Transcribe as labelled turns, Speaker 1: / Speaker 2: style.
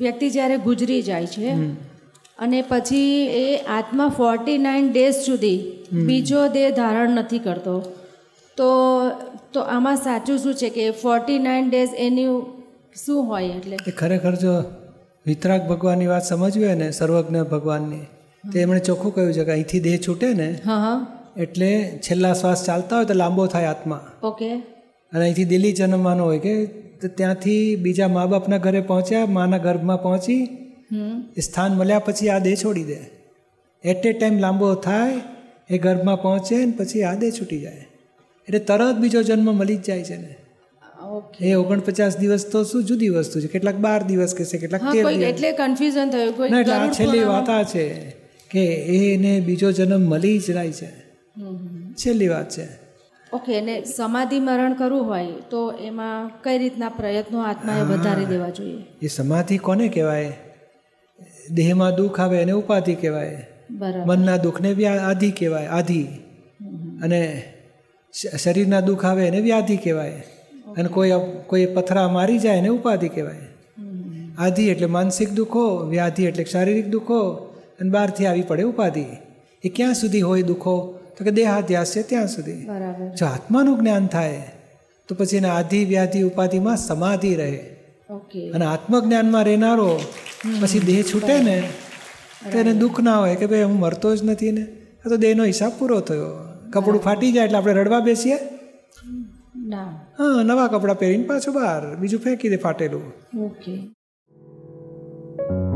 Speaker 1: વ્યક્તિ જ્યારે ગુજરી જાય છે અને પછી એ આત્મા ફોર્ટી નાઇન ડેઝ સુધી બીજો દેહ ધારણ નથી કરતો તો તો આમાં સાચું શું છે કે ફોર્ટી નાઇન ડેઝ એનું શું હોય એટલે
Speaker 2: એ ખરેખર જો વિતરાગ ભગવાનની વાત સમજવી હોય ને સર્વજ્ઞ ભગવાનની તો એમણે ચોખ્ખું કહ્યું છે કે અહીંથી દેહ છૂટે ને
Speaker 1: હા હા
Speaker 2: એટલે છેલ્લા શ્વાસ ચાલતા હોય તો લાંબો થાય આત્મા
Speaker 1: ઓકે
Speaker 2: અને અહીંથી દિલ્હી જન્મવાનો હોય કે તો ત્યાંથી બીજા મા બાપના ઘરે પહોંચ્યા માના ગર્ભમાં પહોંચી
Speaker 1: હમ
Speaker 2: એ સ્થાન મળ્યા પછી આ દેહ છોડી દે એટ એ ટાઈમ લાંબો થાય એ ગર્ભમાં પહોંચે ને પછી આ દેહ છૂટી જાય એટલે તરત બીજો જન્મ મળી જ જાય છે ને
Speaker 1: ઓકે
Speaker 2: એ ઓગણપચાસ દિવસ તો શું જુદી વસ્તુ છે કેટલાક બાર દિવસ કહેશે કેટલાક
Speaker 1: હા
Speaker 2: તેર
Speaker 1: કોઈ
Speaker 2: દિવસ
Speaker 1: એટલે કન્ફ્યુઝન થયું કોઈ
Speaker 2: ના, એટલે આ
Speaker 1: ગરુડ
Speaker 2: છેલ્લી
Speaker 1: પુરાણમાં-
Speaker 2: વાત આ છે કે એને બીજો જન્મ મળી જ જાય છે
Speaker 1: હમ, હમ.
Speaker 2: છેલ્લી વાત છે
Speaker 1: ઓકે અને સમાધિ મરણ કરવું હોય તો એમાં કઈ રીતના પ્રયત્નો આત્માએ વધારી દેવા જોઈએ
Speaker 2: એ સમાધિ કોને કહેવાય દેહમાં દુઃખ આવે એને ઉપાધિ કહેવાય
Speaker 1: બરાબર
Speaker 2: મનના દુઃખને વ્યા આધિ કહેવાય આધિ અને શ- શરીરના દુઃખ આવે એને વ્યાધિ કહેવાય અને કોઈ અપ- કોઈ પથરા મારી જાય એને ઉપાધિ કહેવાય
Speaker 1: હમ.
Speaker 2: આધિ એટલે માનસિક દુઃખો વ્યાધિ એટલે શારીરિક દુઃખો અને બહારથી આવી પડે ઉપાધિ એ ક્યાં સુધી હોય દુઃખો તો કે દેહાધ્યાસ છે ત્યાં સુધી
Speaker 1: બરાબર
Speaker 2: જો આત્માનું જ્ઞાન થાય તો પછી એને આધિ વ્યાધિ ઉપાધિમાં સમાધિ રહે
Speaker 1: ઓકે
Speaker 2: અને આત્મજ્ઞાનમાં રહેનારો પછી દેહ છૂટે ને તો એને દુઃખ ના હોય કે ભાઈ હું મરતો જ નથી ને આ તો દેહનો હિસાબ પૂરો થયો કપડું ફાટી જાય એટલે આપણે રડવા બેસીએ
Speaker 1: ના
Speaker 2: હા નવા કપડાં પહેરીને પાછું બહાર બીજું ફેંકી દે ફાટેલું
Speaker 1: ઓકે
Speaker 3: Thank